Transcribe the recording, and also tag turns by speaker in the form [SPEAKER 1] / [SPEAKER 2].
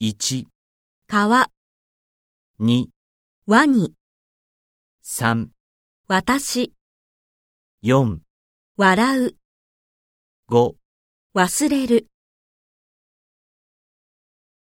[SPEAKER 1] 1、
[SPEAKER 2] 川、
[SPEAKER 1] 2、
[SPEAKER 2] ワニ、
[SPEAKER 1] 3、
[SPEAKER 2] 私、
[SPEAKER 1] 4、
[SPEAKER 2] 笑う、
[SPEAKER 1] 5
[SPEAKER 2] 忘れる。